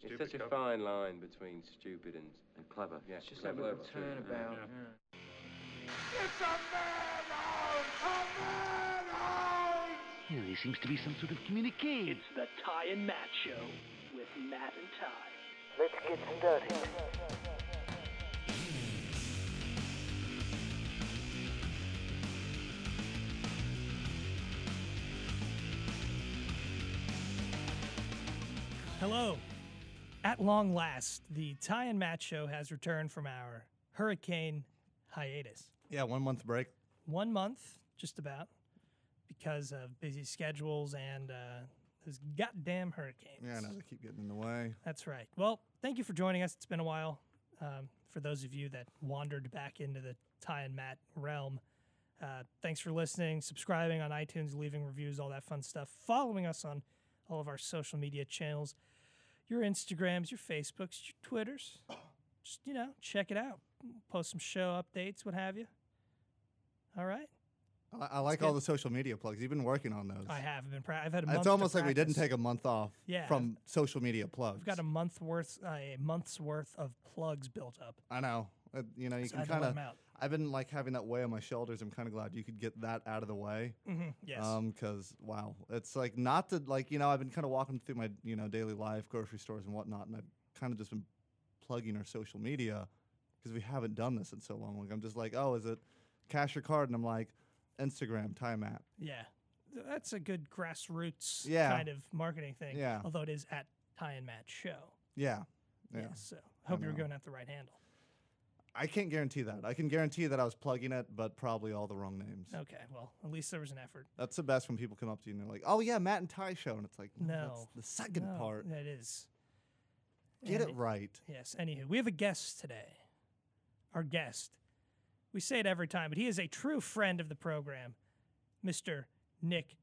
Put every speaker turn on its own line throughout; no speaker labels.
It's
stupid.
such a
cop.
fine line between stupid and,
And clever.
yeah,
It's just
clever
like a
too.
turnabout.
Yeah.
Yeah, there seems to be some sort of communique.
It's the Ty and Matt Show with Matt and Ty.
Let's get some dirty.
Hello. At long last, the Ty and Matt show has returned from our hurricane hiatus.
Yeah, one month break.
One month, just about, because of busy schedules and uh, those goddamn hurricanes.
Yeah, I know they keep getting in the way.
That's right. Well, thank you for joining us. It's been a while. Um, for those of you that wandered back into the Ty and Matt realm, uh, thanks for listening, subscribing on iTunes, leaving reviews, all that fun stuff, following us on all of our social media channels your Instagrams, your Facebooks, your Twitters. Just, you know, check it out. Post some show updates, what have you. All right.
I, I like
good.
all the social media plugs. You've been working on those.
I have been. Pra- I've had a. month
It's
to
almost like we didn't
practice.
take a month off
Yeah.
from social media plugs.
I've got a month worth, uh, a month's worth of plugs built up.
I know. Uh, you know, you
So I
can
had to let
kind
'em
of.
out.
I've been like having that weight on my shoulders. I'm kind of glad you could get that out of the way.
Mm-hmm, Yes.
Um, because wow, it's like not to like you know I've been kind of walking through my you know daily life, grocery stores and whatnot, and I've kind of just been plugging our social media because we haven't done this in so long. Like I'm just like, oh, is it cash or card? And I'm like, Instagram, time app.
Yeah. Th- That's a good grassroots
Yeah.
kind of marketing thing.
Yeah.
Although it is at Ty and Matt show.
Yeah, yeah.
So I hope you were going at the right handle.
I can't guarantee that. I can guarantee that I was plugging it, but probably all the wrong names.
Okay. Well, at least there was an effort.
That's the best when people come up to you and they're like, "Oh yeah, Matt and Ty show," and it's like, "No,
No.
that's the second
Oh,
part.
That is.
Get
Yeah.
it right."
Yes. Anywho, we have a guest today. Our guest. We say it every time, but he is a true friend of the program, Mr. Nick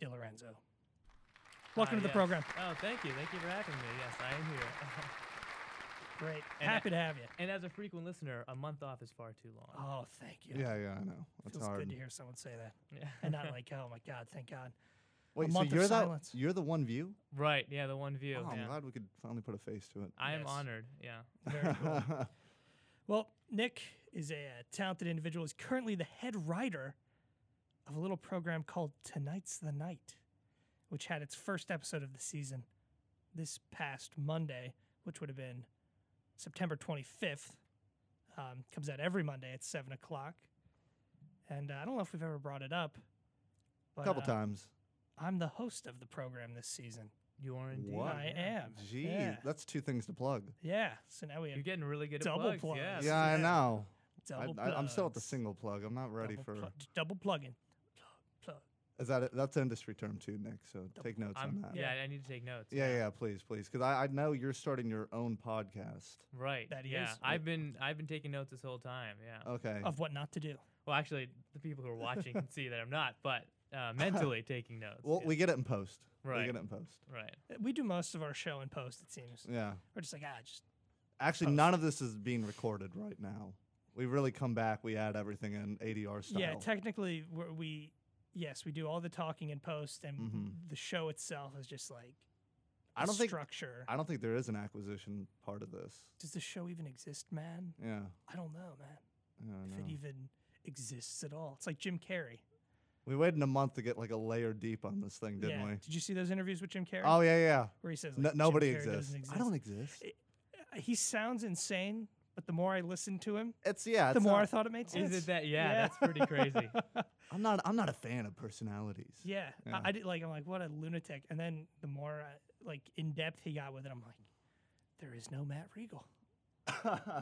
DiLorenzo. Welcome to the
yes.
program.
Oh, thank you. Thank you for having me. Yes, I am here.
Great.
And
Happy to have you.
And as a frequent listener, a month off is far too long.
Oh, thank you.
Yeah, yeah, I know. It's
Feels
hard.
good to hear someone say that. And not like, oh my God, thank God.
Wait,
month of
so you're
silence.
that you're the one view?
Right. Yeah, the one view.
Oh, I'm
yeah.
glad we could finally put a face to it.
I am
Yes.
honored. Yeah.
Very cool. well, Nick is a uh, talented individual. He's currently the head writer of a little program called Tonight's the Night, which had its first episode of the season this past Monday, which would have been September 25th. Um, comes out every Monday at 7 o'clock. And uh, I don't know if we've ever brought it up. But,
a couple
uh,
times.
I'm the host of the program this season.
You are indeed.
What?
I am.
Gee,
Yeah.
that's two things to plug.
Yeah. So now we have
You're getting really good
Double
at
plugs.
plugs. Yes.
yeah, I know.
double
I, I, I'm still at the
plugs.
single plug. I'm not ready
double
for.
plug, double plugging. Plug, plug.
Is that it? that's an industry term too, Nick? So take notes
I'm,
on that.
yeah, I need to take notes.
yeah, yeah, please, please, because I, I know you're starting your own podcast.
Right.
That
yeah.
is-
I've been I've been taking notes this whole time. Yeah.
Okay.
Oh, Of what not to do.
Well, actually, the people who are watching can see that I'm not, but uh, mentally taking notes.
well,
yeah.
we get it in post.
Right.
We get it in post.
Right.
We do most of our show in post, it seems.
Yeah.
We're just like, ah, just
Actually, none of this is being recorded right now. We really come back. We add everything in ADR style.
yeah. Technically, we're, we yes, we do all the talking in post, and the show itself is just like
Mm-hmm. I don't think
structure.
I don't think there is an acquisition part of this.
Does the show even exist, man?
Yeah.
I don't know, man. if it even exists at all, it's like Jim Carrey.
We waited a month to get like a layer deep on this thing, didn't
yeah.
we?
Did you see those interviews with Jim Carrey?
Oh yeah, yeah.
Where he says
No-
like, Jim
nobody
Carrey doesn't
exists. I
exist.
don't exist.
He sounds insane, but the more I listen to him,
It's yeah.
the
it's
more
not-
I thought it made sense.
Is it that? Yeah, That's pretty crazy.
I'm not. I'm not a fan of personalities.
Yeah, I, I did like. I'm like, what a lunatic. And then the more I, like in depth he got with it, I'm like, there is no Matt Regal.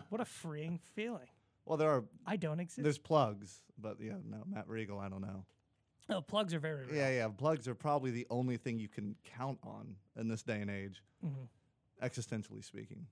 what a freeing feeling.
Well, there are.
I don't exist.
There's plugs, but yeah, no. Matt Regal. I don't know.
oh, plugs are very. Real.
Yeah, yeah. Plugs are probably the only thing you can count on in this day and age,
Mm-hmm.
existentially speaking.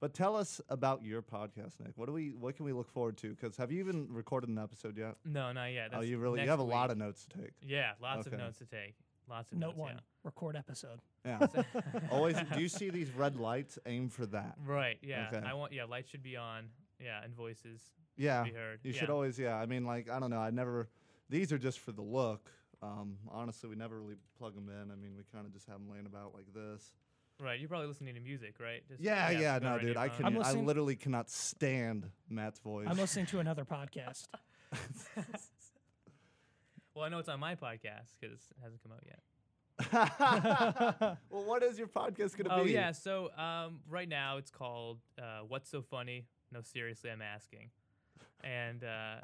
But tell us about your podcast, Nick. What do we? What can we look forward to? Because have you even recorded an episode yet?
No, not yet.
oh,
That's
you really? You
next
have a lot
week.
of notes to take.
Yeah, lots of
Okay.
notes to take. Lots of
Note
notes.
one:
yeah.
record episode.
Yeah. Always. Do you see these red lights? Aim for that.
Right. Yeah.
Okay.
I want. Yeah. Lights should be on. Yeah. And voices.
Yeah.
be heard.
You should
Yeah.
always. Yeah. I mean, like I don't know. I never. These are just for the look. Um, honestly, we never really plug them in. I mean, we kind of just have them laying about like this.
Right. You're probably listening to music, right? Just
Yeah, yeah,
go
no,
right to
dude.
your
I e-
phone.
can.
I'm
I
listening-
literally cannot stand Matt's voice.
I'm listening to another podcast.
Well, I know it's on my podcast because it hasn't come out yet.
well, what is your podcast gonna
Oh
be?
yeah, so um, right now it's called uh, "What's So Funny?" No, seriously, I'm asking, and uh,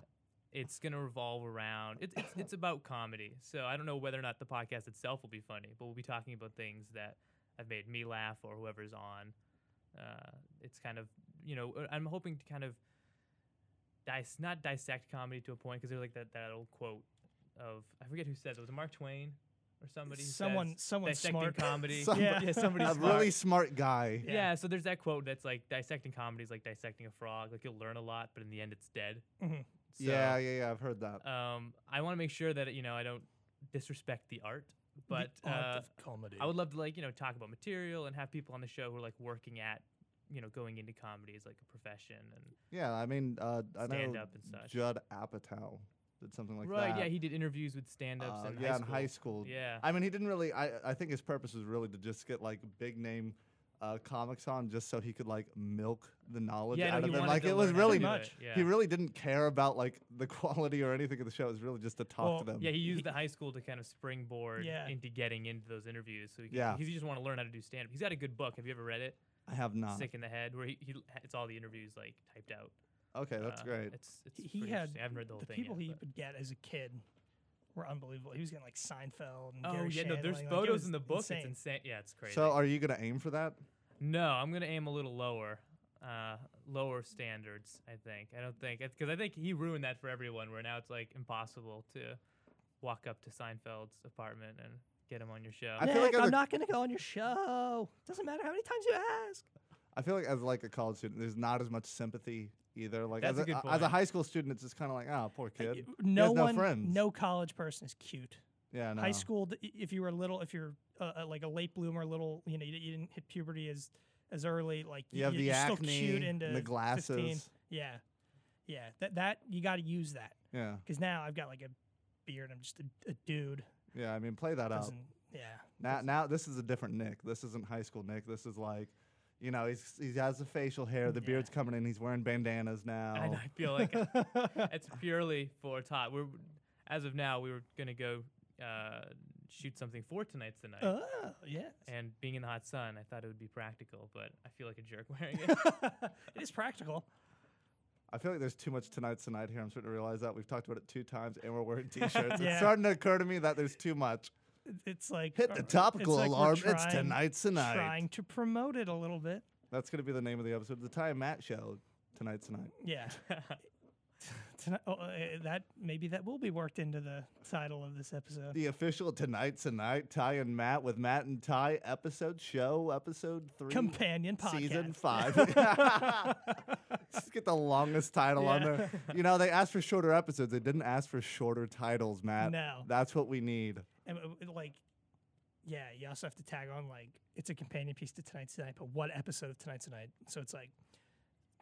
it's gonna revolve around it's, it's it's about comedy. So I don't know whether or not the podcast itself will be funny, but we'll be talking about things that have made me laugh or whoever's on. Uh, it's kind of you know uh, I'm hoping to kind of dis- not dissect comedy to a point because there's like that that old quote of I forget who said it was it Mark Twain or somebody who says,
Someone- someone
dissecting
smart."
comedy
Some-
yeah, yeah somebody
a
smart.
really smart guy.
Yeah. so there's that quote that's like dissecting comedy is like dissecting a frog. Like you'll learn a lot, but in the end, it's dead.
Mhm.
So,
Yeah, yeah, yeah. I've heard that.
Um, I want to make sure that you know I don't disrespect the art, but
The art
uh,
of comedy.
I would love to like you know talk about material and have people on the show who are like working at you know going into comedy as like a profession and
yeah, I mean, uh, I know
stand up and such.
Judd Apatow did something like
right?
that.
Yeah, he did interviews with stand-ups
Uh,
in
yeah,
high
in high school.
Yeah.
I mean, he didn't really. I, I think his purpose was really to just get like big name uh, comics on, just so he could like milk the knowledge
Yeah, no,
out
he
of them.
wanted
Like
to
it was
learn how to
really
do it,
He
yeah.
really didn't care about like the quality or anything of the show. It was really just to talk
Well,
to them.
Yeah, he used the high school to kind of springboard
Yeah.
into getting into those interviews. So he, could-
Yeah.
he just want to learn how to do stand-up. He's got a good book. Have you ever read it?
I have
Uh-huh.
not.
Sick in the Head, where he, he it's all the interviews like typed out.
Okay, that's
Uh,
great.
It's, it's
He-
pretty
he had
interesting. I haven't read the whole thing.
people
yet,
he
but-
would get as a kid were unbelievable. He was getting like Seinfeld and
Oh
Gary
yeah, no.
Shandling,
There's
like, it
photos
was
in the book.
Insane.
It's insane. Yeah, it's crazy.
So, are you gonna aim for that?
no, I'm gonna aim a little lower, uh, lower standards. I think. I don't think because I think he ruined that for everyone. Where now it's like impossible to walk up to Seinfeld's apartment and get him on your show.
I feel like
Nick,
as
I'm
a-
not going to go on your show. Doesn't matter how many times you ask.
I feel like as like a college student, there's not as much sympathy either. Like
That's
as
a good
as a
point.
high school student, it's just kind of like, ah, poor kid. He
No
has no
one,
friends.
no college person is cute.
yeah, no.
High school, th- i- if you were a little, if you're uh, uh, like a late bloomer, little, you know, you, you didn't hit puberty as as early. Like
You have
you're
the
you're
acne,
still cute
and
into
the
15.
glasses.
Yeah, yeah. That that you got to use that
Yeah,
because now I've got like a beard. I'm just a, a dude.
yeah. I mean, play that up.
Doesn't, yeah.
Now, now this is a different Nick. This isn't high school Nick. This is like, you know, he's he has the facial hair, the beard's coming in, he's wearing bandanas now.
I, know, I feel like it's purely for Todd. We're as of now, we were gonna go uh, shoot something for tonight's the night.
Oh yeah.
and being in the hot sun, I thought it would be practical, but I feel like a jerk wearing it.
it is practical.
I feel like there's too much tonight's tonight here. I'm starting to realize that we've talked about it two times, and we're wearing t-shirts. It's
Yeah.
starting to occur to me that there's too much.
It- It's like
Hit
uh,
the
it's
topical
like we're
alarm. it's
trying-
tonight's tonight.
Trying to promote it a little bit.
That's gonna be the name of the episode, the Ty and Matt Show. Tonight's tonight.
Yeah. Tonight, oh, uh, that maybe that will be worked into the title of this episode.
The official tonight's tonight, Ty and Matt with Matt and Ty episode show episode three.
Companion podcast.
Season five. Just get the longest title on
Yeah.
there. You know, they asked for shorter episodes. They didn't ask for shorter titles, Matt.
No.
That's what we need.
And uh, uh, like, yeah, you also have to tag on like it's a companion piece to tonight's tonight, but what episode of tonight's tonight? So it's like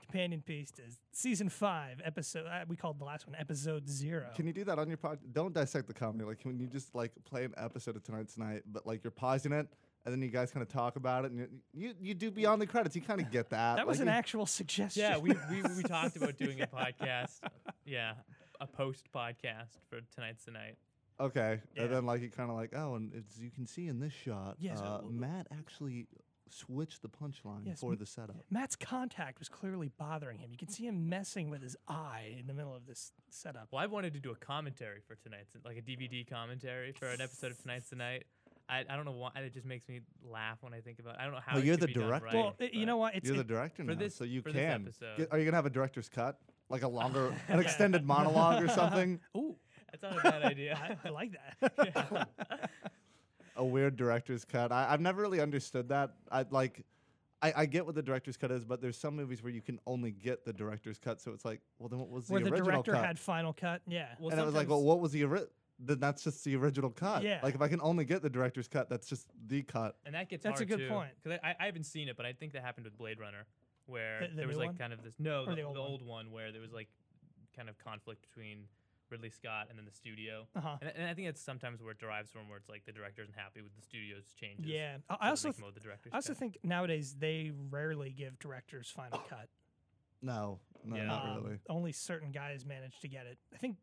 companion piece to season five episode. Uh, we called the last one episode zero.
Can you do that on your pod? Don't dissect the comedy. Like, can you just like play an episode of Tonight's Tonight, but like you're pausing it, and then you guys kind of talk about it, and you you, you do beyond the credits. You kind of get that.
that was
Like,
an
you-
actual suggestion.
yeah, we, we we talked about doing a podcast. Yeah, a post podcast for tonight's the night.
Okay,
Yeah.
and then like you kind of like oh, and as you can see in this shot,
Yeah, so
uh,
w-
Matt actually switched the punchline
Yes,
for
m-
the setup.
Matt's contact was clearly bothering him. You can see him messing with his eye in the middle of this setup.
Well, I wanted to do a commentary for tonight's like a DVD commentary for an episode of tonight's the night. I, I don't know why it just makes me laugh when I think about. I don't know how.
Well,
it
you're
could
the
be done
director.
right,
Well, i- you
but-
know what? It's
You're the
it-
director
for
now,
this-
so you
for this
can.
episode.
Get- are you gonna have a director's cut, like a longer, an extended monologue or something?
Ooh,
That's not a bad
I,
idea.
I like that.
A weird director's cut. I, I've never really understood that. I like, I, I get what the director's cut is, but there's some movies where you can only get the director's cut, so it's like, well, then what was
Where
the
the
original
director
cut?
had final cut. Yeah.
Well,
and it was like, well,
sometimes-
what was the original? Then that's just the original cut.
Yeah.
Like if I can only get the director's cut, that's just the cut.
And that gets
That's a
hard
good
too,
point.
'cause I, I haven't seen it, but I think that happened with Blade Runner, where
The- the
there was
new
like
one?
kind of this no
Or
the,
the
the
old
old,
one?
one where there was like kind of conflict between Ridley Scott and then the studio.
Uh huh.
And, and I think that's sometimes where it derives from, where it's like the director isn't happy with the studio's changes.
Yeah. I,
so
I
they
also
make
th-
them with the director's
I also
cut.
think nowadays they rarely give directors final cut.
No, no,
Yeah.
not
Um,
really.
Only certain guys managed to get it. I think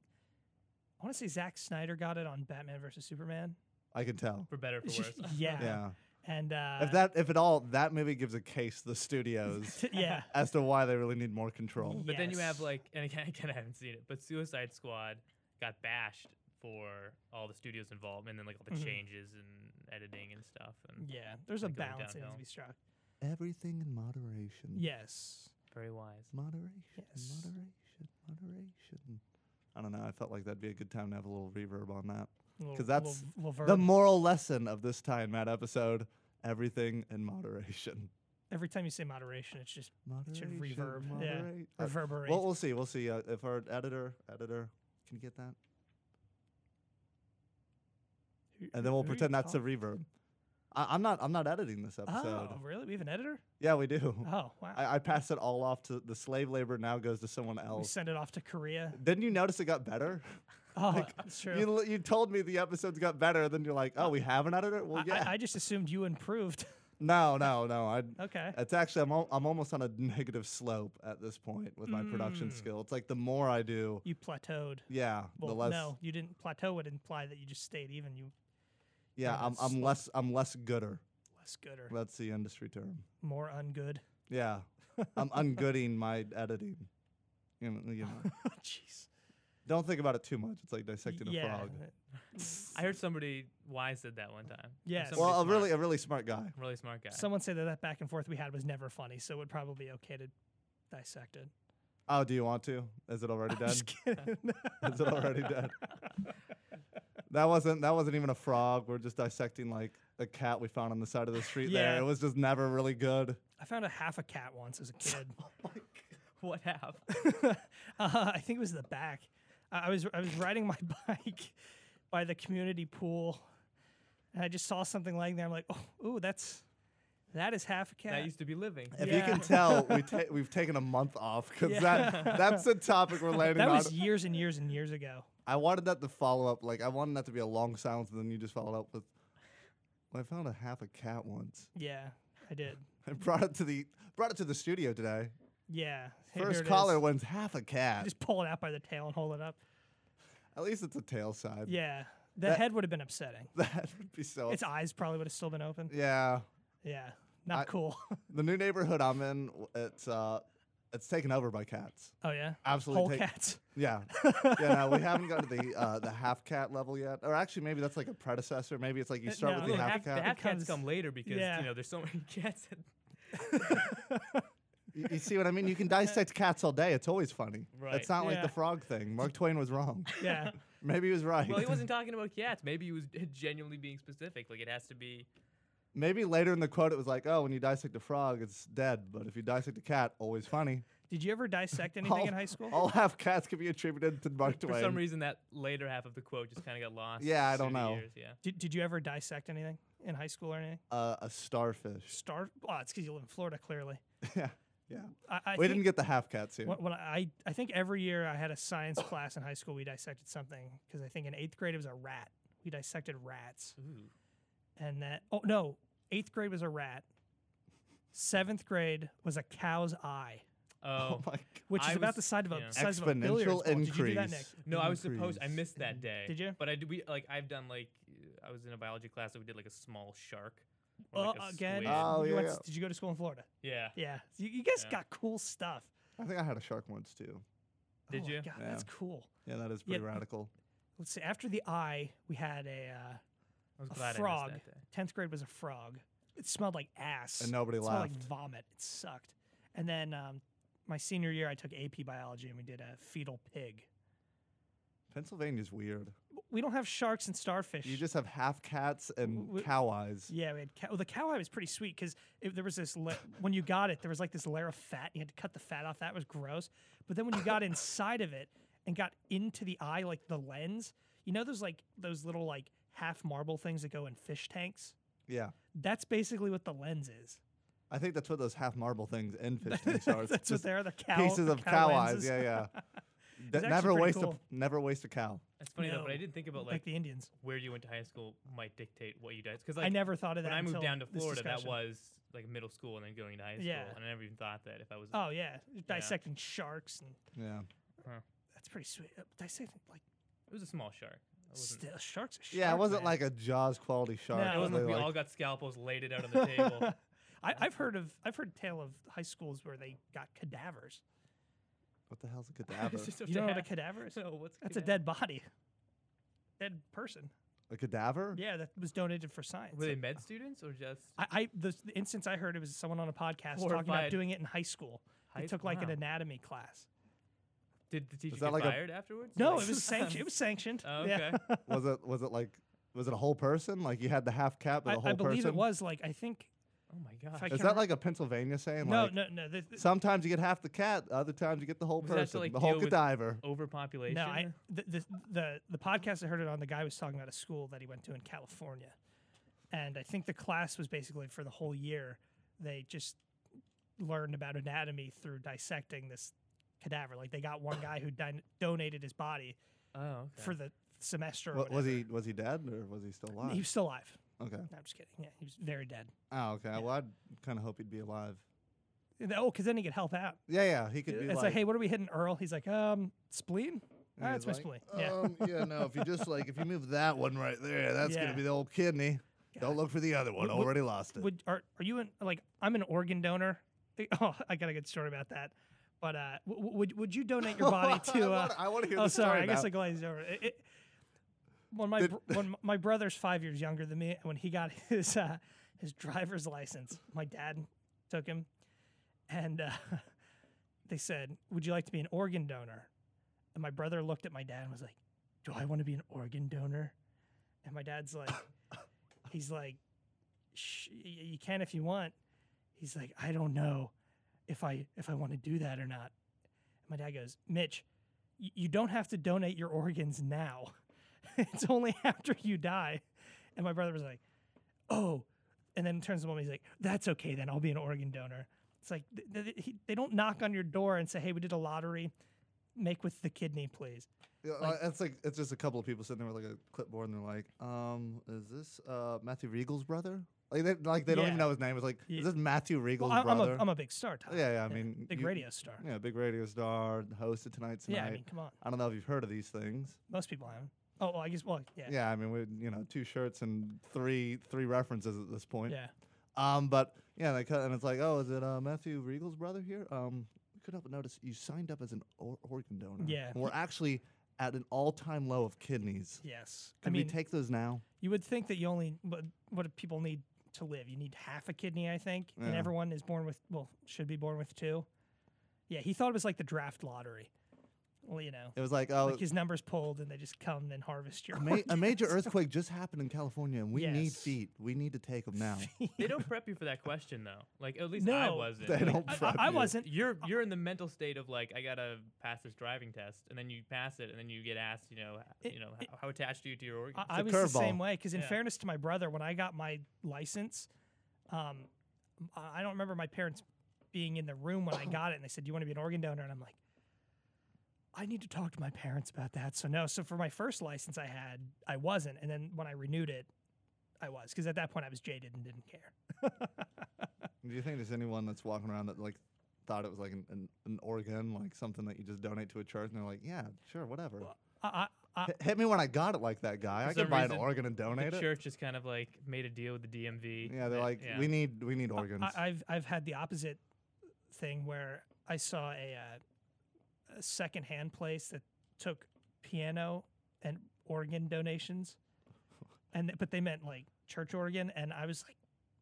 I want to say Zack Snyder got it on Batman versus Superman.
I can tell.
for better or for worse.
yeah.
Yeah.
And uh,
if that, if at all, that movie gives a case to the studios
yeah.
as to why they really need more control.
But then you have
Yes.
like, and again, again, I haven't seen it, but Suicide Squad got bashed for all the studios involved, and then like all the
Mhm.
changes and editing and stuff, and
Yeah. There's a
Like going
balance that needs to
downhill.
be struck.
Everything in moderation.
Yes.
very wise.
Moderation.
Yes.
Moderation. Moderation. I don't know. I felt like that'd be a good time to have a little reverb on that.
Little-
'Cause that's
little- little
The
verb.
moral lesson of this time, Matt episode: everything in moderation.
Every time you say moderation, it's just should
Moderation.
reverb, yeah.
moderate- uh,
reverberate.
Well, we'll see. We'll see uh, if our editor, editor, can get that,
Who-
and then we'll
who are you
pretend that's a
talking-
reverb. I, I'm not. I'm not editing this episode.
Oh, really? We have an editor?
Yeah, we do.
Oh, wow.
I, I pass it all off to the slave labor. Now goes to someone
we
else.
send it off to Korea.
Didn't you notice it got better?
Oh, that's true. Uh,
You, l- you told me the episodes got better. Then you're like, oh, we have an editor. Well,
I-
yeah.
I, I just assumed you improved.
no, no, no. I.
okay.
It's actually I'm al- I'm almost on a negative slope at this point with my production
Mm.
skill. It's like the more I do,
You plateaued.
yeah,
Well,
the less.
no, you didn't. Plateau would imply that you just stayed even. You
Yeah,
Yeah,
I'm
that's
I'm
slow.
less I'm less gooder.
less good or
That's the industry term.
more ungood.
Yeah, I'm ungooding my editing. You know, you know.
Oh, Jeez.
Don't think about it too much. It's like dissecting
yeah.
a frog.
uh,
I heard somebody wise said that one time. Or
Yes.
somebody
Well, a
smart,
really a really smart guy.
really smart guy.
Someone said that that back and forth we had was never funny, so it would probably be okay to dissect it.
Oh, do you want to? Is it already done?
Just kidding.
Is it already dead? That wasn't that wasn't even a frog. We're just dissecting like a cat we found on the side of the street
Yeah.
there. It was just never really good.
I found a half a cat once as a kid.
Oh
what happened?
uh, I think it was the back. I I was I was riding my bike by the community pool, and I just saw something laying there. I'm like, oh, ooh, that's that is half a cat.
That used to be living.
If you
Yeah.
can tell, we ta- we've taken a month off because
Yeah.
that that's the topic we're landing
that
on.
was years and years and years ago.
I wanted that to follow up. Like I wanted that to be a long silence, and then you just followed up with, "Well, I found a half a cat once.
Yeah, I did.
I brought it to the brought it to the studio today.
Yeah. Hey, here
First
it
caller
is.
wins half a cat.
Just pull it out by the tail and hold it up.
At least it's a tail side.
Yeah. The
That-
head would have been upsetting.
that would be so.
Its eyes probably would have still been open.
yeah,
Yeah. Not
I-
cool.
the new neighborhood I'm in, w- it's uh, it's taken over by cats.
oh yeah.
Absolutely.
Whole
take-
cats.
Yeah. Yeah. No, we haven't gotten to the uh, the half cat level yet, or actually maybe that's like a predecessor. Maybe it's like you
Uh,
start
no,
with
Well,
the
no,
half,
half, the
cat.
half cats
becomes-
come later because
yeah.
you know there's so many cats. that-
You, you see what I mean? You can dissect cats all day. It's always funny.
Right.
It's not like
Yeah.
the frog thing. Mark Twain was wrong.
Yeah.
Maybe he was right.
Well, he wasn't talking about cats. Maybe he was genuinely being specific. Like it has to be.
Maybe later in the quote it was like, "Oh, when you dissect a frog, it's dead, but if you dissect a cat, always funny."
Did you ever dissect anything
all,
in high school?
All half cats can be attributed to Mark Twain.
For some reason, that later half of the quote just kind of got lost.
Yeah, I don't
through the
know.
years, Yeah.
Did, did you ever dissect anything in high school or anything?
uh, a starfish.
Star. Oh, it's because you live in Florida, clearly.
yeah, yeah.
I, I
we
think
didn't get the half cats here.
When, when I, I think every year I had a science class in high school, we dissected something because I think in eighth grade it was a rat. We dissected rats.
Ooh.
and that oh no eighth grade was a rat seventh grade was a cow's eye
Oh.
my God.
which is
I
about
was-
the size of a
yeah.
size of a billiards ball.
Exponential
Did you do that, Nick?
increase.
No, I was supposed. I
Increase.
missed that day.
Mm. Did you?
But I did. We like I've done like uh, I was in a biology class that we did like a small shark. or,
Oh,
like, a
again,
squid.
Oh,
you
yeah,
went-
yeah.
did you go to school in Florida?
yeah.
Yeah, you, you guys
Yeah.
got cool stuff.
I think I had a shark once too.
Did
oh
you?
My God, that's cool.
Yeah, that is pretty
Yeah.
radical.
Let's see. After the eye, we had a uh,
I was
a
glad I
frog.
missed that day.
Tenth grade was a frog. It smelled like ass.
And nobody
it smelled
laughed.
Like vomit. It sucked. And then um, my senior year, I took AP biology, and we did a fetal pig.
Pennsylvania's weird.
We don't have sharks and starfish.
You just have half cats and
W-
cow eyes.
Yeah, we had cow- well, the cow eye was pretty sweet because there was this la- when you got it, there was like this layer of fat. And you had to cut the fat off. That was gross. But then when you got inside of it and got into the eye, like the lens, you know those like those little like half marble things that go in fish tanks.
Yeah.
That's basically what the lens is.
I think that's what those half marble things in fish tanks are. It's
That's what
just
they are. The cow
pieces of cow, eyes.
lenses.
Yeah, yeah. That-
actually
never
pretty
waste
cool.
a never waste a cow.
That's funny though, but I
No.
didn't think about
like,
like
the Indians.
where you went to high school might dictate what you did. Because like
I never thought of that.
when I moved
until
down to
this
Florida, that
discussion.
was like middle school and then going to high school,
Yeah.
and I never even thought that if I was
Oh yeah, dissecting sharks and
Yeah.
that's pretty sweet. Uh, dissecting like
it was a small shark. It wasn't-
st- sharks. Are shark,
Yeah, it wasn't
man.
like a Jaws quality shark.
No, it
It wasn't
where
like
they,
we all
like-
got scalpels, laid it out on the table.
I, I've heard of I've heard tale of high schools where they got cadavers.
what the hell's a cadaver?
It's just
You know what a
dad-
cadaver is?
No, what's
That's a
cadaver?
dead body, dead person.
a cadaver?
Yeah, that was donated for science.
Were they med students or just?
I, I the, the instance I heard it was someone on a podcast talking about
Horrified.
doing it in high school. They
High-
took like an
wow.
anatomy class.
Did the teacher
that
get
like a-
fired afterwards?
No,
Like-
it was sanctioned. It was sanctioned.
Oh,
Yeah.
okay.
was it was it like was it a whole person? Like you had the half cap but
I,
a whole
I believe
person?
it was like I think.
Oh my
If
gosh.
I
Is
can
that
rem-
like a Pennsylvania saying?
No,
like,
no, no. The, the,
Sometimes you get half the cat, other times you get the whole
Was that to,
person,
like,
the whole
deal with-
cadaver.
Overpopulation.
no, I the, the the the podcast I heard it on. The guy was talking about a school that he went to in California, and I think the class was basically for the whole year. They just learned about anatomy through dissecting this cadaver. Like they got one guy who din- donated his body
oh, okay.
for the semester. Or
Wa- was
whatever.
he was he dead or was he still alive?
He was still alive.
okay.
No, I'm just kidding. Yeah, he was very dead.
Oh, okay. Well, I'd kind of hope he'd be alive.
And then- Oh, because then he could help out.
Yeah, yeah. He could be.
It's like, hey, what are we hitting, Earl? He's like, um, spleen.
and
Ah,
he's
it's my
like,
spleen. Yeah.
Um, yeah, no. If you just like, if you move that one right there, that's
Yeah.
gonna be the old kidney. Don't look for the other one.
Would- would-
Already lost it.
Would are are you an like I'm an organ donor? Oh, I got a good story about that. But uh, w- w- would would you donate your body
I
to? Uh,
wanna- I want to hear.
oh,
the story
sorry, I
now.
guess I glazed over. it. It, it- when my
Did-
br- when m- my brother's five years younger than me, and when he got his uh, his driver's license, my dad took him, and uh, they said, "Would you like to be an organ donor?" And my brother looked at my dad and was like, "Do I want to be an organ donor?" And my dad's like, he's like, Sh- y- y- "You can if you want." He's like, "I don't know if I if I want to do that or not." And my dad goes, "Mitch, y- you don't have to donate your organs now. it's only after you die." And my brother was like, "Oh," and then turns to mom. He's like, "That's okay. Then I'll be an organ donor." It's like th- th- th- he- they don't knock on your door and say, "Hey, we did a lottery. Make with the kidney, please."
Yeah, uh, it's like it's just a couple of people sitting there with like a clipboard, and they're like, um, "Is this uh, Matthew Regal's brother?" Like they like they don't even
Yeah.
know his name. It's like,
Ye-
"Is this Matthew Regal's
Well, I, I'm,
brother?"
a, I'm a big star, Tom.
yeah, yeah. I mean,
big
you-
radio star.
Yeah, big radio star, hosted tonight. Tonight.
Yeah, I mean, come on.
I don't know if you've heard of these things.
Most people haven't. Oh, well, I guess. Well, yeah,
Yeah, I mean, we you know two shirts and three three references at this point.
yeah.
Um, but yeah, they cut and it's like, oh, is it uh, Matthew Regal's brother here? Um, we could help but notice you signed up as an or- organ donor.
Yeah.
and we're actually at an all time low of kidneys.
Yes.
Can
I mean,
we take those now?
you would think that you only what, what do people need to live? You need half a kidney, I think, and
Yeah.
everyone is born with well, should be born with two. Yeah, he thought it was like the draft lottery. Well, you know,
It was like, oh,
like his numbers pulled, and they just come and harvest your.
a, ma- a
organs.
major earthquake just happened in California, and we need
Yes.
feet. We need to take them now.
They don't prep you for that question though. Like at least I
No.
wasn't.
they
Like,
don't.
I,
prep
I- I
you.
wasn't.
You're you're in the mental state of like I gotta pass this driving test, and then you pass it, and then you get asked, you know, h-
It-
you know,
it-
how, how attached are you to your organ?
I, I
a
was the same
curveball.
way because, in
Yeah.
fairness to my brother, when I got my license, um, I I don't remember my parents being in the room when I got it, and they said, "Do you want to be an organ donor?" And I'm like, "I need to talk to my parents about that." So no. So for my first license, I had I wasn't, and then when I renewed it, I was because at that point I was jaded and didn't care.
Do you think there's anyone that's walking around that like thought it was like an, an, an organ, like something that you just donate to a church, and they're like, yeah, sure, whatever.
I, I, I,
Hit- hit me when I got it, like that guy.
For
I
some
could buy an
reason,
organ and donate
the
it.
church is kind of like made a deal with the DMV.
Yeah, they're
that-
like,
yeah.
we need we need organs.
I, I've I've had the opposite thing where I saw a, uh, a secondhand place that took piano and organ donations, and th- but they meant like church organ, and I was like,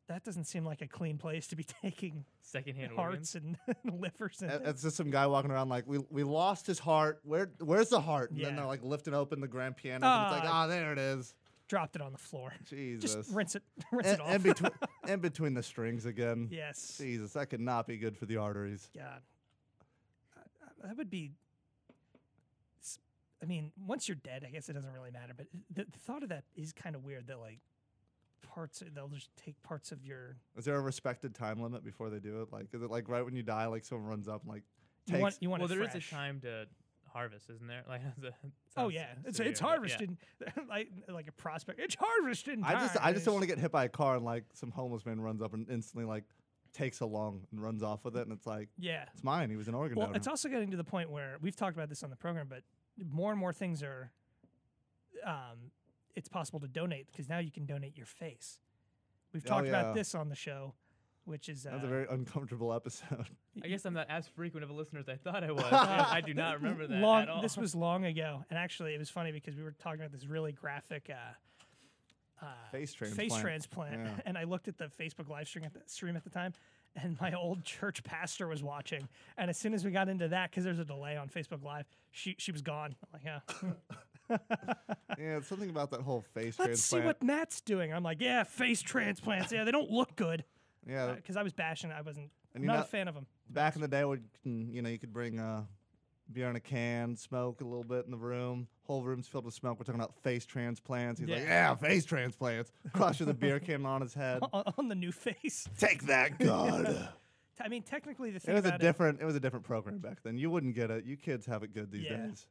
that doesn't seem like a clean place to be taking
secondhand organs.
hearts and, livers and.
A- It's just some guy walking around like we we lost his heart. Where where's the heart? And then
Yeah.
they're like lifting open the grand piano. and it's like
Ah.
ah, there it is.
dropped it on the floor.
Jesus.
Just rinse it, rinse
and,
it off.
and between and between the strings again.
yes,
Jesus, that could not be good for the arteries.
God, I- I- Uh, that would be. s- I mean, once you're dead, I guess it doesn't really matter. But the, the thought of that is kind of weird. That like parts they'll just take parts of your.
Is there a respected time limit before they do it? Like, is it like right when you die, like someone runs up and like takes?
You want, you want
Well,
it
there is
fresh.
a time to harvest, isn't there? Like, it's a-
Oh
sounds
yeah, it's
severe,
it's
but yeah.
harvesting like like a prospect. It's harvesting.
I just I just don't want to get hit by a car and like some homeless man runs up and instantly like takes a long and runs off with it and it's like
Yeah.
it's mine. He was an organ
Well,
donor.
it's also getting to the point where we've talked about this on the program, but more and more things are. Um, it's possible to donate because now you can donate your face. We've
Oh,
talked
yeah.
about this on the show, which is uh,
That's a very uncomfortable episode.
I guess I'm not as frequent of a listener as I thought I was. Yeah, I do not remember that
long.
at all.
This was long ago, and actually, it was funny because we were talking about this really graphic. Uh,
face transplant.
face transplant.
Yeah.
And I looked at the Facebook live stream at the stream at the time, and my old church pastor was watching. And as soon as we got into that, because there's a delay on Facebook Live, she she was gone. I'm like, "Oh, yeah.
yeah, it's something about that whole face
Let's see
transplant.
what Matt's doing. I'm like, yeah, face transplants. Yeah, they don't look good.
yeah, that-
Because I was bashing. I wasn't.
And
I'm
you're
not, a
not-
fan of them.
back in the day, would you know you could bring uh, beer in a can, smoke a little bit in the room. Whole room's filled with smoke. We're talking about face transplants. He's like, yeah, face transplants. Crushes a beer can on his head.
On, on the new face.
Take that, God.
I mean, technically, the
it
thing
was a
about
different. It was a different program back then. You wouldn't get it. You kids have it good these
Yeah.
days.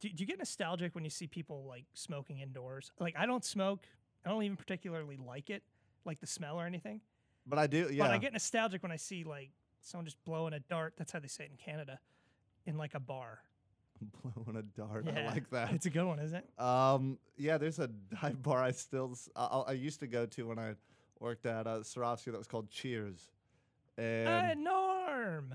do, do you get nostalgic when you see people like smoking indoors? Like, I don't smoke. I don't even particularly like it, like the smell or anything.
But I do. Yeah.
But I get nostalgic when I see like someone just blowing a dart. That's how they say it in Canada, in like a bar.
blowing a dart.
Yeah.
I like that.
It's a good one, isn't it?
Um, yeah, there's a dive bar I still s- I, I- I used to go to when I worked at uh, Swarovski that was called Cheers. And
Uh, Norm.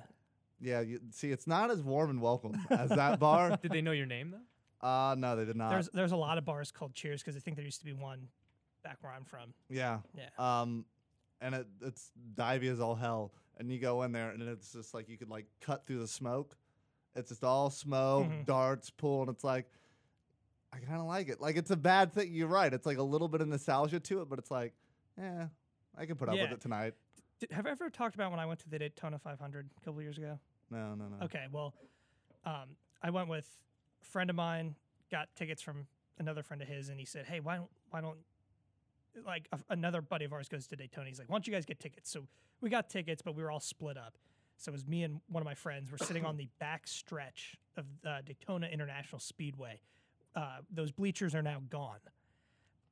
yeah, you, see, it's not as warm and welcome as that bar.
Did they know your name though?
Uh, no, they did not.
There's there's a lot of bars called Cheers because I think there used to be one back where I'm from.
yeah.
Yeah.
Um, and it, it's divey as all hell. And you go in there, and it's just like you could like cut through the smoke. It's just all smoke,
Mhm.
darts, pool, and it's like I kind of like it. Like it's a bad thing. You're right. It's like a little bit of nostalgia to it, but it's like, yeah, I can put up with
Yeah.
it tonight.
Did, have I ever talked about when I went to the Daytona 500 a couple years ago?
No, no, no.
Okay, well, um, I went with a friend of mine. Got tickets from another friend of his, and he said, "Hey, why don't why don't like a, another buddy of ours goes to Daytona? He's like, why don't you guys get tickets?" So we got tickets, but we were all split up. So it was me and one of my friends. We're sitting on the back stretch of uh, Daytona International Speedway. Uh, those bleachers are now gone,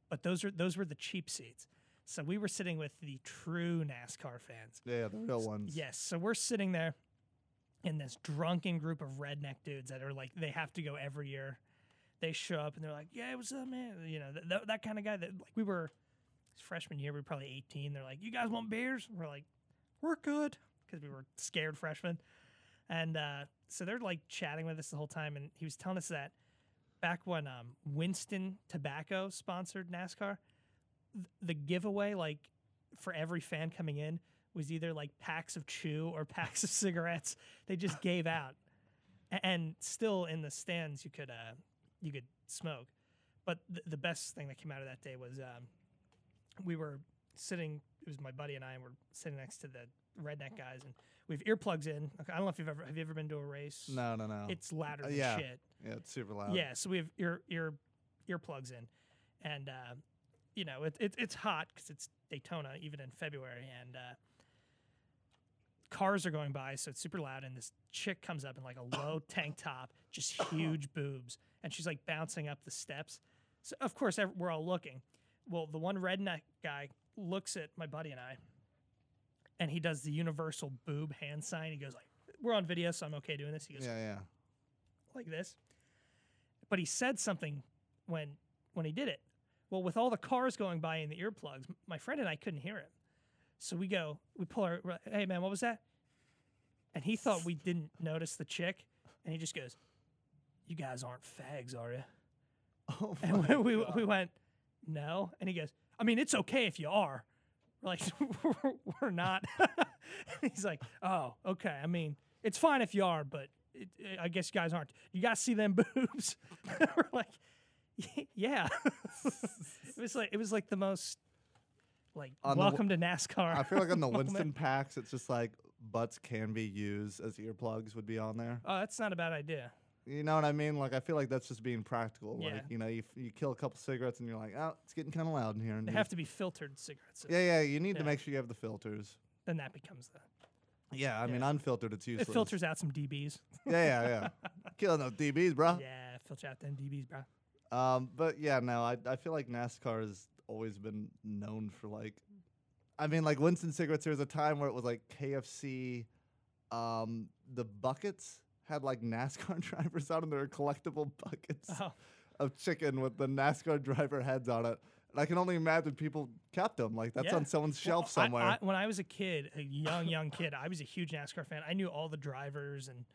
but those are those were the cheap seats. So we were sitting with the true NASCAR fans.
Yeah, the real ones.
Yes. So we're sitting there in this drunken group of redneck dudes that are like, they have to go every year. They show up and they're like, yeah, what's up, man? You know, th- th- that kind of guy that, like, we were freshman year, we were probably 18. They're like, you guys want beers? We're like, we're good because we were scared freshmen. And uh, so they're like chatting with us the whole time. And he was telling us that back when um, Winston Tobacco sponsored NASCAR, th- the giveaway, like for every fan coming in, was either like packs of chew or packs of cigarettes they just gave out. A- And still in the stands, you could uh, you could smoke. But th- the best thing that came out of that day was um, we were sitting. It was my buddy and I, and we're sitting next to the redneck guys, and we have earplugs in. Okay, I don't know if you've ever have you ever been to a race?
No, no, no.
It's louder
Uh,
than
yeah.
shit.
yeah, it's super loud.
Yeah, so we have ear ear earplugs in, and uh, you know it, it it's hot because it's Daytona even in February, and uh, cars are going by, so it's super loud. And this chick comes up in like a low tank top, just huge boobs, and she's like bouncing up the steps. So of course ev- we're all looking. Well, the one redneck guy looks at my buddy and I, and he does the universal boob hand sign. He goes like, "We're on video, so I'm okay doing this." He goes,
Yeah, yeah.
like this. But he said something when when he did it. Well, with all the cars going by and the earplugs, m- my friend and I couldn't hear him. So we go, we pull our, we're like, hey man, what was that? And he thought we didn't notice the chick, and he just goes, "You guys aren't fags, are you?"
Oh, my
And we, we, we went, no. And he goes, I mean, it's okay if you are. We're like, we're, we're not. And he's like, oh, okay. I mean, it's fine if you are, but it, it- I guess you guys aren't. You guys see them boobs? we're like, "Y- yeah. it was like it was like the most like
On the w-
welcome to NASCAR.
I feel like on the
moment.
Winston packs, it's just like butts can be used as earplugs would be on there.
Oh, that's not a bad idea.
You know what I mean? Like I feel like that's just being practical.
Yeah.
Like you know, you, f- you kill a couple cigarettes and you're like, oh, it's getting kind of loud in here. And
They
you-
have to be filtered cigarettes.
yeah, yeah. You need
Yeah.
to make sure you have the filters.
Then that becomes the
Yeah, I mean, unfiltered, it's useless.
It filters out some DBs.
Yeah, yeah, yeah. Killing those DBs, bro.
Yeah, filter out them DBs, bro.
Um, but yeah, no, I I feel like NASCAR has always been known for like, I mean, like Winston cigarettes. There was a time where it was like KFC, um, the buckets had like NASCAR drivers out, and there were collectible buckets
Oh.
of chicken with the NASCAR driver heads on it. And I can only imagine people kept them. Like that's
Yeah.
on someone's
Well,
shelf
I-
somewhere.
I- when I was a kid, a young young kid, I was a huge NASCAR fan. I knew all the drivers and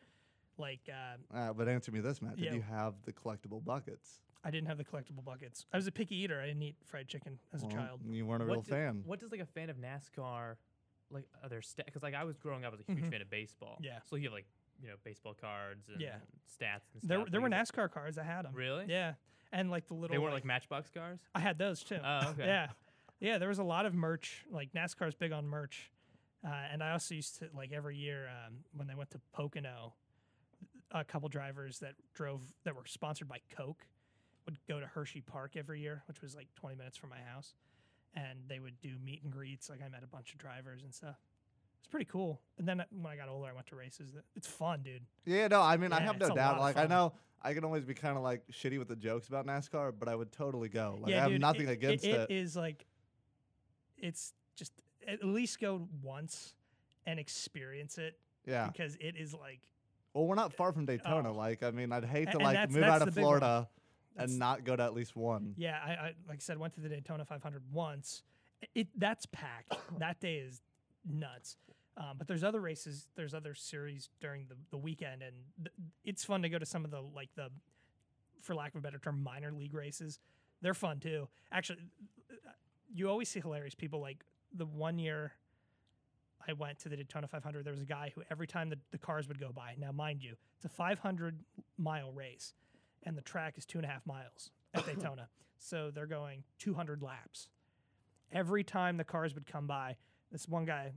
like uh,
uh, but answer me this, Matt: Did
Yeah.
you have the collectible buckets?
I didn't have the collectible buckets. I was a picky eater. I didn't eat fried chicken as a
Well,
child.
you weren't a real
what do-
fan.
What does like a fan of NASCAR, like other stats? Because like I was growing up, I was a huge fan of baseball.
Mm-hmm. Yeah.
So you have like you know baseball cards and
Yeah.
stats. And
There
stuff.
there were
like, is
NASCAR cars. I had them.
Really?
Yeah, and like the
it-
little
They weren't
like-
like Matchbox cars.
I had those too.
Oh, okay.
Yeah, yeah. There was a lot of merch. Like NASCAR's big on merch, uh, and I also used to like every year um, when they went to Pocono, a couple drivers that drove that were sponsored by Coke would go to Hershey Park every year, which was like 20 minutes from my house, and they would do meet and greets. Like I met a bunch of drivers and stuff. It's pretty cool. And then uh, when I got older, I went to races. It's fun, dude.
Yeah, no, I mean, I
Yeah,
have
it's
no
a lot
doubt.
of
Like, I
fun.
know I can always be kind of like shitty with the jokes about NASCAR, but I would totally go. Like, I have
dude,
nothing
it-
against it.
It is like, it's just at least go once and experience it
yeah.
because it is like
Well, we're not far from Daytona.
oh.
Like, I mean, I'd hate
A-
to
and
like
that's-
move
that's
out
the
of
big one.
Florida
That's-
and not go to at least one.
yeah. I, I like I said went to the Daytona 500 once. I- It that's packed. that day is nuts. Um, but there's other races. There's other series during the, the weekend, and th- it's fun to go to some of the like the, for lack of a better term, minor league races. They're fun too. Actually, uh, you always see hilarious people. Like the one year I went to the Daytona 500, there was a guy who every time the, the cars would go by. Now, mind you, it's a 500 mile race, and the track is two and a half miles at Daytona. So they're going 200 laps. Every time the cars would come by, this one guy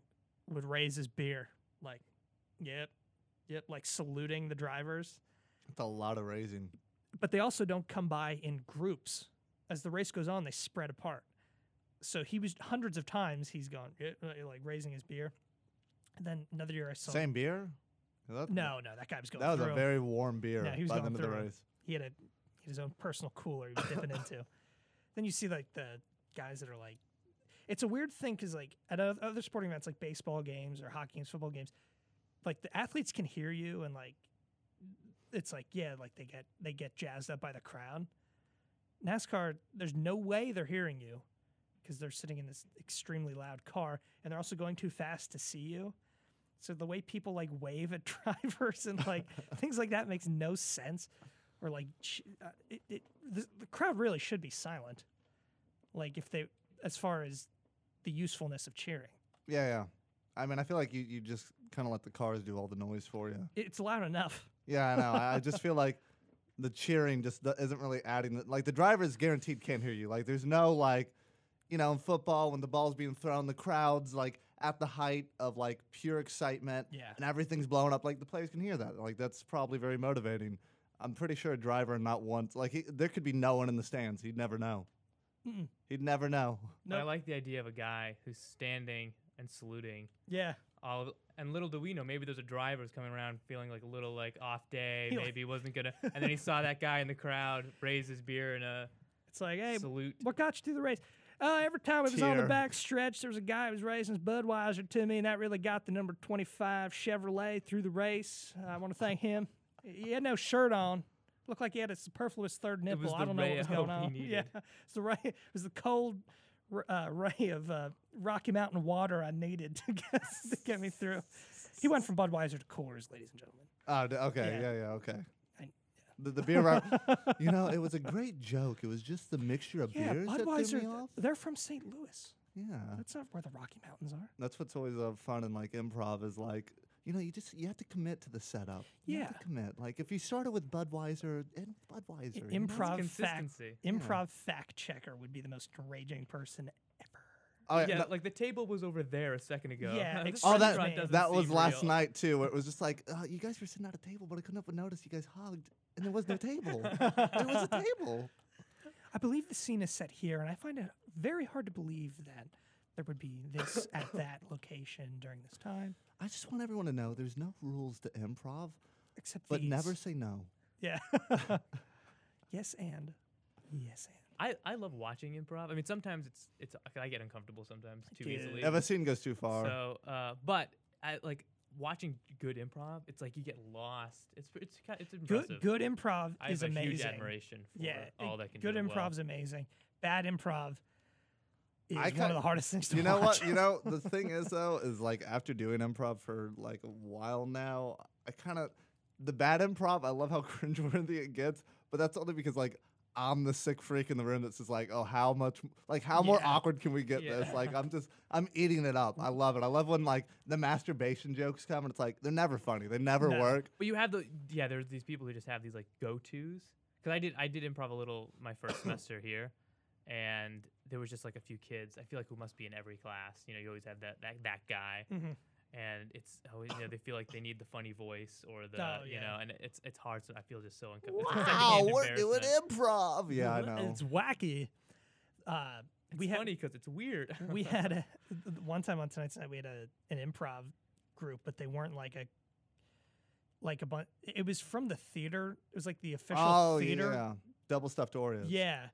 would raise his beer, like, yep, yep, like saluting the drivers.
It's a lot of raising.
But they also don't come by in groups. As the race goes on, they spread apart. So he was hundreds of times he's gone, yep, like raising his beer. And then another year I saw
Same beer? 'Cause that-
No, no, that guy was going
That was
through.
a very warm beer
Yeah, he was
by the
going
end of the
through 'em.
race.
he had a he had his own personal cooler he was dipping into. Then you see like the guys that are like, it's a weird thing because like at oth- other sporting events like baseball games or hockey games, football games, like the athletes can hear you and like it's like yeah, like they get they get jazzed up by the crowd. NASCAR, there's no way they're hearing you because they're sitting in this extremely loud car and they're also going too fast to see you. So the way people like wave at drivers and like things like that makes no sense. Or like ch- uh, it, it, the, the crowd really should be silent. Like if they, as far as the usefulness of cheering,
Yeah, yeah. I mean, I feel like you, you just kind of let the cars do all the noise for you.
it's loud enough.
Yeah, I know. I I just feel like the cheering just do- isn't really adding. The, like the drivers guaranteed can't hear you. Like there's no like, you know, in football when the ball's being thrown, the crowds like at the height of like pure excitement.
Yeah.
and everything's blowing up. Like the players can hear that. Like that's probably very motivating. I'm pretty sure a driver not once like he, there could be no one in the stands. He'd never know.
Mm-mm.
He'd never know.
But I
Nope.
like the idea of a guy who's standing and saluting.
Yeah,
All of, and little do we know, maybe there's a driver who's coming around feeling like a little like off day.
He like-
maybe he wasn't gonna, and then he saw that guy in the crowd raise his beer and a
it's like hey,
salute.
what got you through the race? Uh, every time it was on the
Cheer.
back stretch, there was a guy who was raising his Budweiser to me, and that really got the number 25 Chevrolet through the race. I want to thank him. He had no shirt on. Looked like he had a superfluous third
was
nipple. I
the
don't know what
ray
was
of
going
hope
on.
he
Yeah,
needed.
it's the ray. It was the cold r- uh, ray of uh, Rocky Mountain water I needed to get, to get me through. He went from Budweiser to Coors, ladies and gentlemen.
Oh, d- okay.
Yeah.
Yeah, yeah, okay.
I-
The, the beer, run- you know, it was a great joke. It was just the mixture of
Yeah,
Uh, beers that
Budweiser.
threw me
th-
off.
They're from St. Louis.
Yeah,
That's not where the Rocky Mountains are.
that's what's always uh, fun in like improv is like you know you just you have to commit to the setup. You have to
Yeah.
commit. Like if you started with Budweiser and Budweiser, you know?
improv fact
consistency.
improv fact checker would be the most raging person ever.
Oh yeah,
yeah,
no,
like the table was over there a second ago.
Yeah,
This
excuse
oh, that-
restaurant
me.
doesn't
that was
seem
last
real.
night too. Where it was just like uh, you guys were sitting at a table, but I couldn't help but notice you guys hugged, and there was no table. there was a table.
I believe the scene is set here, and I find it very hard to believe that there would be this at that location during this time,
I just want everyone to know there's no rules to improv,
except
but
these.
never say no.
Yeah. yes, and yes, and
I, I love watching improv. I mean, sometimes it's it's I get uncomfortable sometimes too
Dude.
easily.
If a scene goes too far,
So, uh, but I like watching good improv. It's like you get lost. It's it's ki- it's impressive.
good. Good improv
I have
is
a
amazing.
huge admiration for
yeah,
all
it-
that can
good
do. well.
improv's amazing. Bad improv is
I
one
kin-
of the hardest things to
you know
watch.
what? You know the thing is though is like after doing improv for like a while now, I kind of the bad improv. I love how cringeworthy it gets, but that's only because like I'm the sick freak in the room that's just like, oh, how much like how more
Yeah. Mm-hmm.
awkward can we get
Yeah.
this? Like I'm just I'm eating it up. I love it. I love when like the masturbation jokes come and it's like they're never funny. They never
No.
work.
But you have the yeah. There's these people who just have these like go tos. Cause I did I did improv a little my first semester here, and there was just like a few kids. I feel like who must be in every class. You know, you always have that that, that guy,
Mhm.
and it's always you know they feel like they need the funny voice or the
Oh,
you
yeah.
know, and it's it's hard. So I feel just so uncomfortable.
Wow, we're doing improv. Yeah, I know.
It's wacky. Uh, we
It's
had
funny because it's weird.
we had a, one time on tonight's night we had a an improv group, but they weren't like a like a bunch. It was from the theater. It was like the official
oh
theater.
yeah, double stuffed Oreos.
Yeah.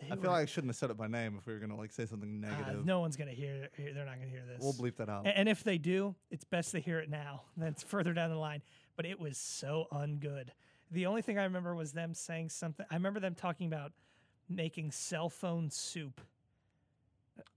They
I
were-
feel like I shouldn't have said it by name if we were gonna like say something
uh,
negative.
no one's gonna hear. hear- They're not gonna hear this.
We'll bleep that out.
A- And if they do, it's best they hear it now. That's further down the line. But it was so ungood. The only thing I remember was them saying something. I remember them talking about making cell phone soup.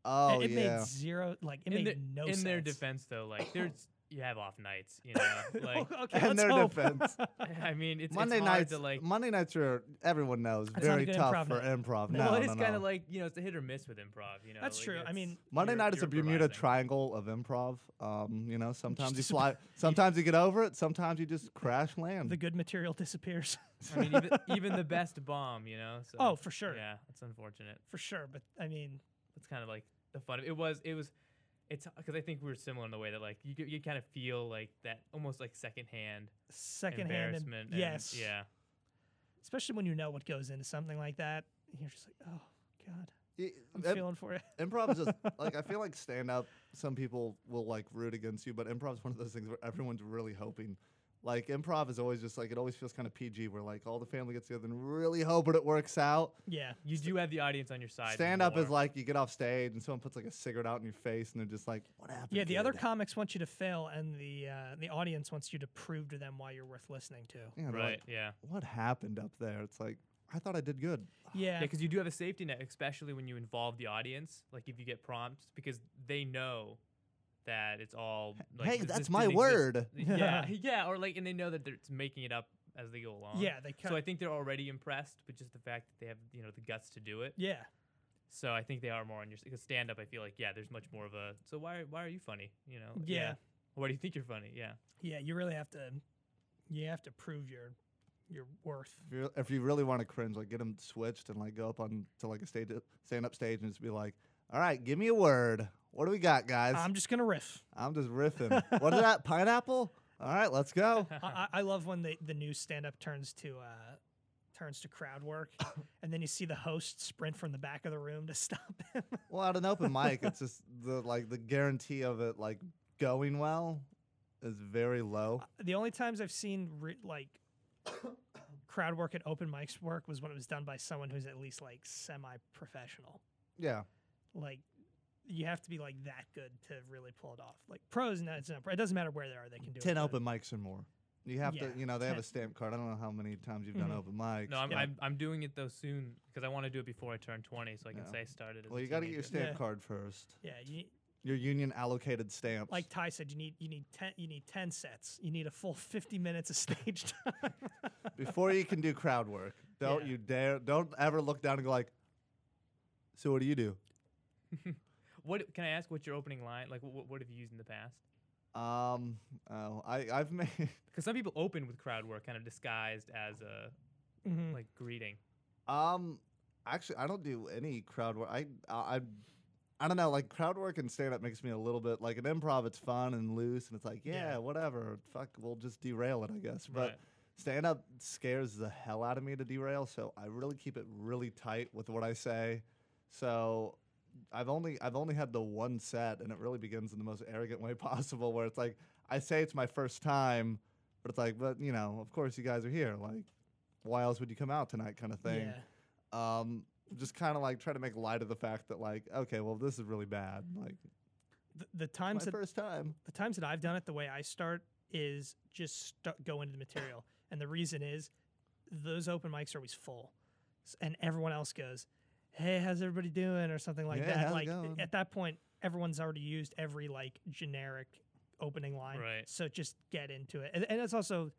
Oh
it, it
yeah.
made zero. Like it
in
made
their,
no
in
sense.
their defense though like there's you have off nights you know like
Oh, okay,
In
let's
their
hope.
defense.
i mean it's
Monday
it's hard
nights,
to like
Monday nights are everyone knows
That's not a
very
good
tough
improv
for
night.
improv. No,
well
no,
it's
no.
kind of like you know it's a hit or miss with improv you know
That's
like,
true. I
it's-
mean-
Monday
you're-
night is
you're
a Bermuda
improvising.
Triangle of improv. Um, you know, sometimes you
Just
fly, sometimes you get over it, sometimes you just crash land.
the good material disappears.
i mean even, even the best bomb you know so
Oh, for sure.
yeah it's unfortunate
For sure. But I mean,
it's kind of like the fun of it was it was it's because i think we were similar in the way that like you, you kind of feel like that almost like secondhand
secondhand. em-
embarrassment and-
yes.
yeah
Especially when you know what goes into something like that. You're just like, oh, God.
I-
I'm
im-
feeling for it.
improv's just like I feel like stand up. Some people will like root against you, but improv's one of those things where everyone's really hoping. Like improv is always just like it always feels kind of PG, where like all the family gets together and really hoping it works out.
Yeah.
you do have the audience on your side
Stand up is
more.
like you get off stage and someone puts like a cigarette out in your face and they're just like, "What happened?"
Yeah, the other
kid?"
comics want you to fail, and the uh, the audience wants you to prove to them why you're worth listening to.
Yeah, they're
right
like,
yeah
what happened up there? It's like I thought I did good.
Yeah,
Yeah, because you do have a safety net, especially when you involve the audience. Like if you get prompts, because they know that it's all. Like,
hey,
th-
that's
this
my
didn't
word.
exist. yeah, yeah, or like, and they know that they're it's making it up as they go along.
Yeah, they
So
kin-
I think they're already impressed, but just the fact that they have you know the guts to do it.
yeah,
So I think they are more on your because stand up. I feel like yeah, there's much more of a. So why why are you funny? You know.
Yeah.
Why do you think you're funny? Yeah.
yeah. You really have to, you have to prove your your worth.
If, you're, if you really want to cringe, like get them switched and like go up on to like a stage, stand up stage, and just be like, "All right, give me a word. What do we got, guys?
I'm just gonna riff.
I'm just riffing. what is that? Pineapple? All right, let's go.
I, Oh, I, I love when the the new stand up turns to uh, turns to crowd work, and then you see the host sprint from the back of the room to stop him.
Well, at an open mic, it's just the like the guarantee of it like going well is very low.
the only times I've seen re- like crowd work at open mics work was when it was done by someone who's at least like semi professional.
Yeah,
like you have to be like that good to really pull it off. Like pros, no, it's not. It doesn't matter where they are; they can do it.
ten
but-
open mics or more. You have
Yeah,
to, you know, they have
10.
a stamp card. I don't know how many times you've done
Mhm.
open mics.
No, I'm,
but-
I'm I'm doing it though soon because I want to do it before I turn 20, so I can
Yeah.
say I started. As
well,
a
you got to get
teenager.
your stamp
Yeah.
card first.
Yeah, you,
Your union allocated stamps.
like Ty said, you need you need ten you need ten sets. You need a full fifty minutes of stage time.
before you can do crowd work. Don't
Yeah.
you dare! Don't ever look down and go like. So what do you do?
What can I ask? What's your opening line? Like, what, what have you used in the past?
Um, oh, I I've made
Because some people open with crowd work, kind of disguised as a
Mm-hmm.
like greeting.
um actually I don't do any crowd work. I I. I I don't know, like crowd work and stand up makes me a little bit like an improv. It's fun and loose, and it's like, yeah,
Yeah.
whatever. Fuck, we'll just derail it, I guess. But
Right.
stand up scares the hell out of me to derail, so I really keep it really tight with what I say. So I've only I've only had the one set, and it really begins in the most arrogant way possible, where it's like I say it's my first time, but it's like, but you know, of course you guys are here. Like, why else would you come out tonight? Kind of thing.
Yeah.
Um, just kind of like try to make light of the fact that like, okay, well this is really bad. Like
The, the
my
times that
first time.
the times that I've done it, the way I start is just stu go into the material, and the reason is those open mics are always full, S- and everyone else goes, "Hey, how's everybody doing?" or something like
Yeah,
that.
how's it
like
going?
at that point, everyone's already used every like generic opening line,
Right.
so just get into it, and, and it's also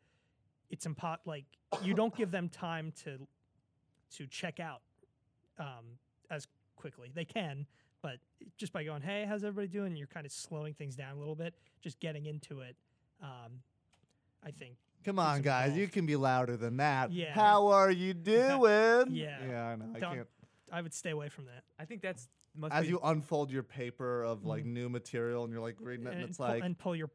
it's impot like you don't give them time to to check out um, as quickly. They can, but just by going, "Hey, how's everybody doing?" You're kind of slowing things down a little bit, just getting into it. Um, I think.
Come on,
some
guys,
golf.
you can be louder than that.
Yeah.
How are you doing?
Yeah.
Yeah, I know. I
Don't-
can't.
I would stay away from that.
I think that's must
As
be
you unfold your paper of like new material and you're like reading it, and it's
Mm. Uh, pull,
like,
and pull your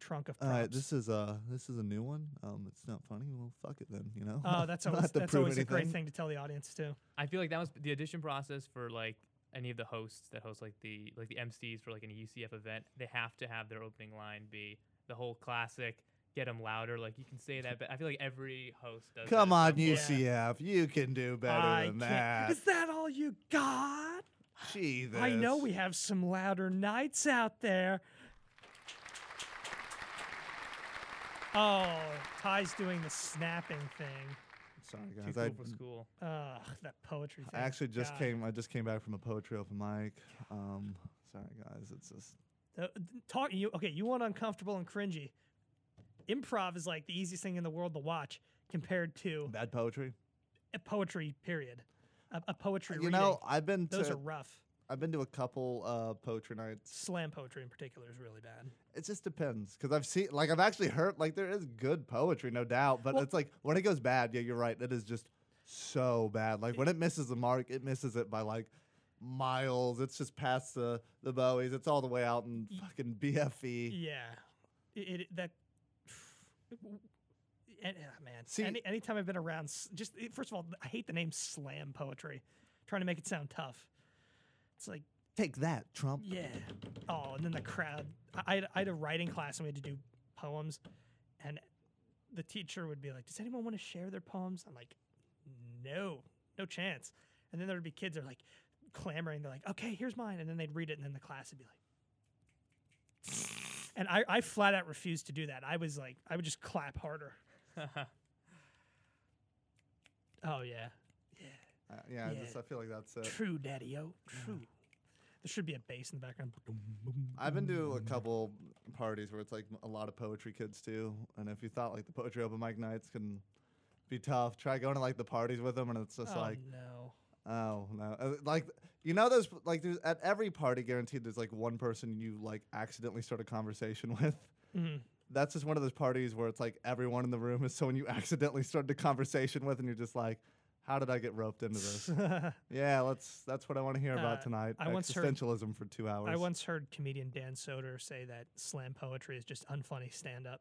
trunk of
All
props.
right, this is uh this is a new one. Um, it's not funny. Well, fuck it then. You know.
oh, that's
Not
always
to
that's
prove
always a great
anything.
thing to tell the audience too.
I feel like that was the audition process for like any of the hosts that host like the like the MCs for like an UCF event. They have to have their opening line be the whole classic "Get 'em louder." Like you can say that, but I feel like every host does. that
Come
at
on,
some point.
UCF, you can do better
I
than
can't-
that.
Is that all you got?
Jesus.
I know we have some louder nights out there. Oh, Ty's doing the snapping thing.
Sorry
Too
guys,
cool
I,
for school.
Ugh, that poetry
I
thing.
actually just
God.
came. I just came back from a poetry open mic. Um, sorry guys, it's just
Uh, talking you okay, you want uncomfortable and cringy. Improv is like the easiest thing in the world to watch compared to
bad poetry.
a poetry period, a, a poetry
You
reading.
know, I've been
Those
to
are rough.
I've been to a couple uh poetry nights.
Slam poetry in particular is really bad.
It just depends because I've seen like I've actually heard like there is good poetry, no doubt, but
Well-
it's like when it goes bad, yeah, you're right. It is just so bad. Like when it misses the mark, it misses it by like miles. It's just past the the Bowies. It's all the way out in fucking E. BFE.
Yeah, it, it that. And, ah, man,
See-
any, anytime I've been around, s- just eh, first of all, I hate the name slam poetry, trying to make it sound tough. It's like,
Take that, Trump.
yeah, oh, and then the crowd. I, I, had, I had a writing class and we had to do poems, and the teacher would be like, "Does anyone want to share their poems?" I'm like, "No, no chance." And then there would be kids that are like clamoring. They're like, "Okay, here's mine," and then they'd read it, and then the class would be like. And I, I flat out refused to do that. I was like, I would just clap harder. oh yeah,
Uh, yeah,
Yeah.
I just I feel like that's it.
true, Daddy O, true. There should be a bass in the background.
I've been to a couple parties where it's like a lot of poetry kids too, and if you thought like the poetry open mic nights can be tough, try going to like the parties with them, and it's just
oh
like.
no,
Oh no! Uh, Like you know those like there's at every party guaranteed there's like one person you like accidentally start a conversation with.
Mm-hmm.
That's just one of those parties where it's like everyone in the room is someone you accidentally started a conversation with, and you're just like, "How did I get roped into this?" yeah, let's. That's what I want to hear about
Uh,
tonight.
I once heard-
Existentialism for two hours.
I once heard comedian Dan Soder say that slam poetry is just unfunny stand up.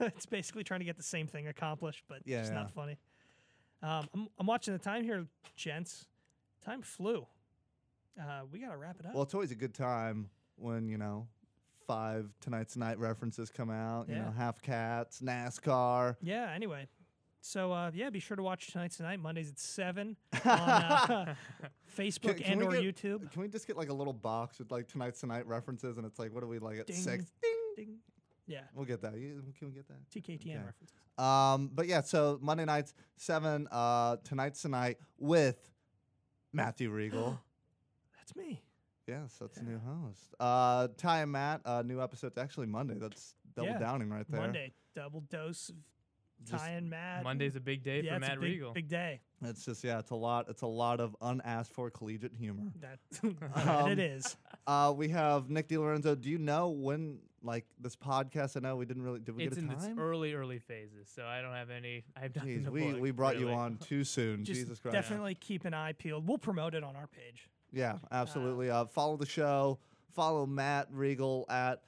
it's basically trying to get the same thing accomplished, but
Yeah,
just
yeah.
not funny. Um, I'm, I'm watching the time here, gents. Time flew. Uh, we gotta wrap it up.
Well, it's always a good time when you know five tonight's night references come out. You
Yeah.
know, half cats, NASCAR.
yeah. Anyway, so uh, yeah, be sure to watch tonight's tonight Mondays at seven on uh, Facebook
Can- can
and
we
or
get-
YouTube.
Can we just get like a little box with like tonight's tonight references and it's like what are we like at
Ding.
six? Ding.
Ding. Yeah,
We'll get that. You- Can we get that?
TKTN
Okay.
references.
Um, but yeah, so Monday nights seven. Uh, tonight's tonight with Matthew Regal.
That's me.
yes, that's a new host. Uh, Ty and Matt. Uh, new episode's actually Monday. That's double
Yeah.
downing right there.
Monday, double dose of Ty and Matt.
Monday's a big day
yeah,
for
it's
Matt
a big,
Regal.
big day.
It's just yeah, it's a lot. It's a lot of unasked for collegiate humor.
That,
Um,
that it is.
Uh, we have Nick DiLorenzo. Do you know when like this podcast? I know we didn't really. Did we
it's
get a
in its
time?
early, early phases, so I don't have any. I have nothing
Jeez,
to
we,
book,
we brought you
really.
on too soon.
Just
Jesus Christ.
definitely keep an eye peeled. We'll promote it on our page.
Yeah, absolutely. Uh, follow the show. Follow Matt Regal at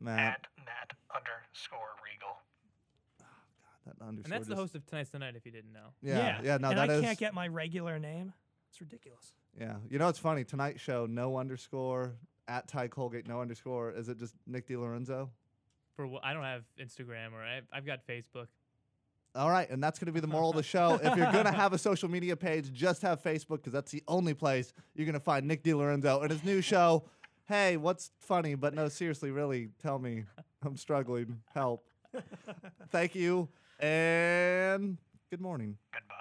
Matt.
at Matt underscore Regal.
that underscore
And that's the
just-
host of Tonight's Tonight, if you didn't know.
Yeah, yeah. no,
and
that
I
is-
can't get my regular name. It's ridiculous.
Yeah. You know, it's funny. Tonight show, no underscore, at Ty Colgate, no underscore. Is it just Nick DiLorenzo?
For what I don't have Instagram or I, I've got Facebook.
All right. And that's going to be the moral of the show. If you're going to have a social media page, just have Facebook because that's the only place you're going to find Nick DiLorenzo and his new show. Hey, what's funny? But no, seriously, really, tell me. I'm struggling. Help. Thank you. And good morning.
Goodbye.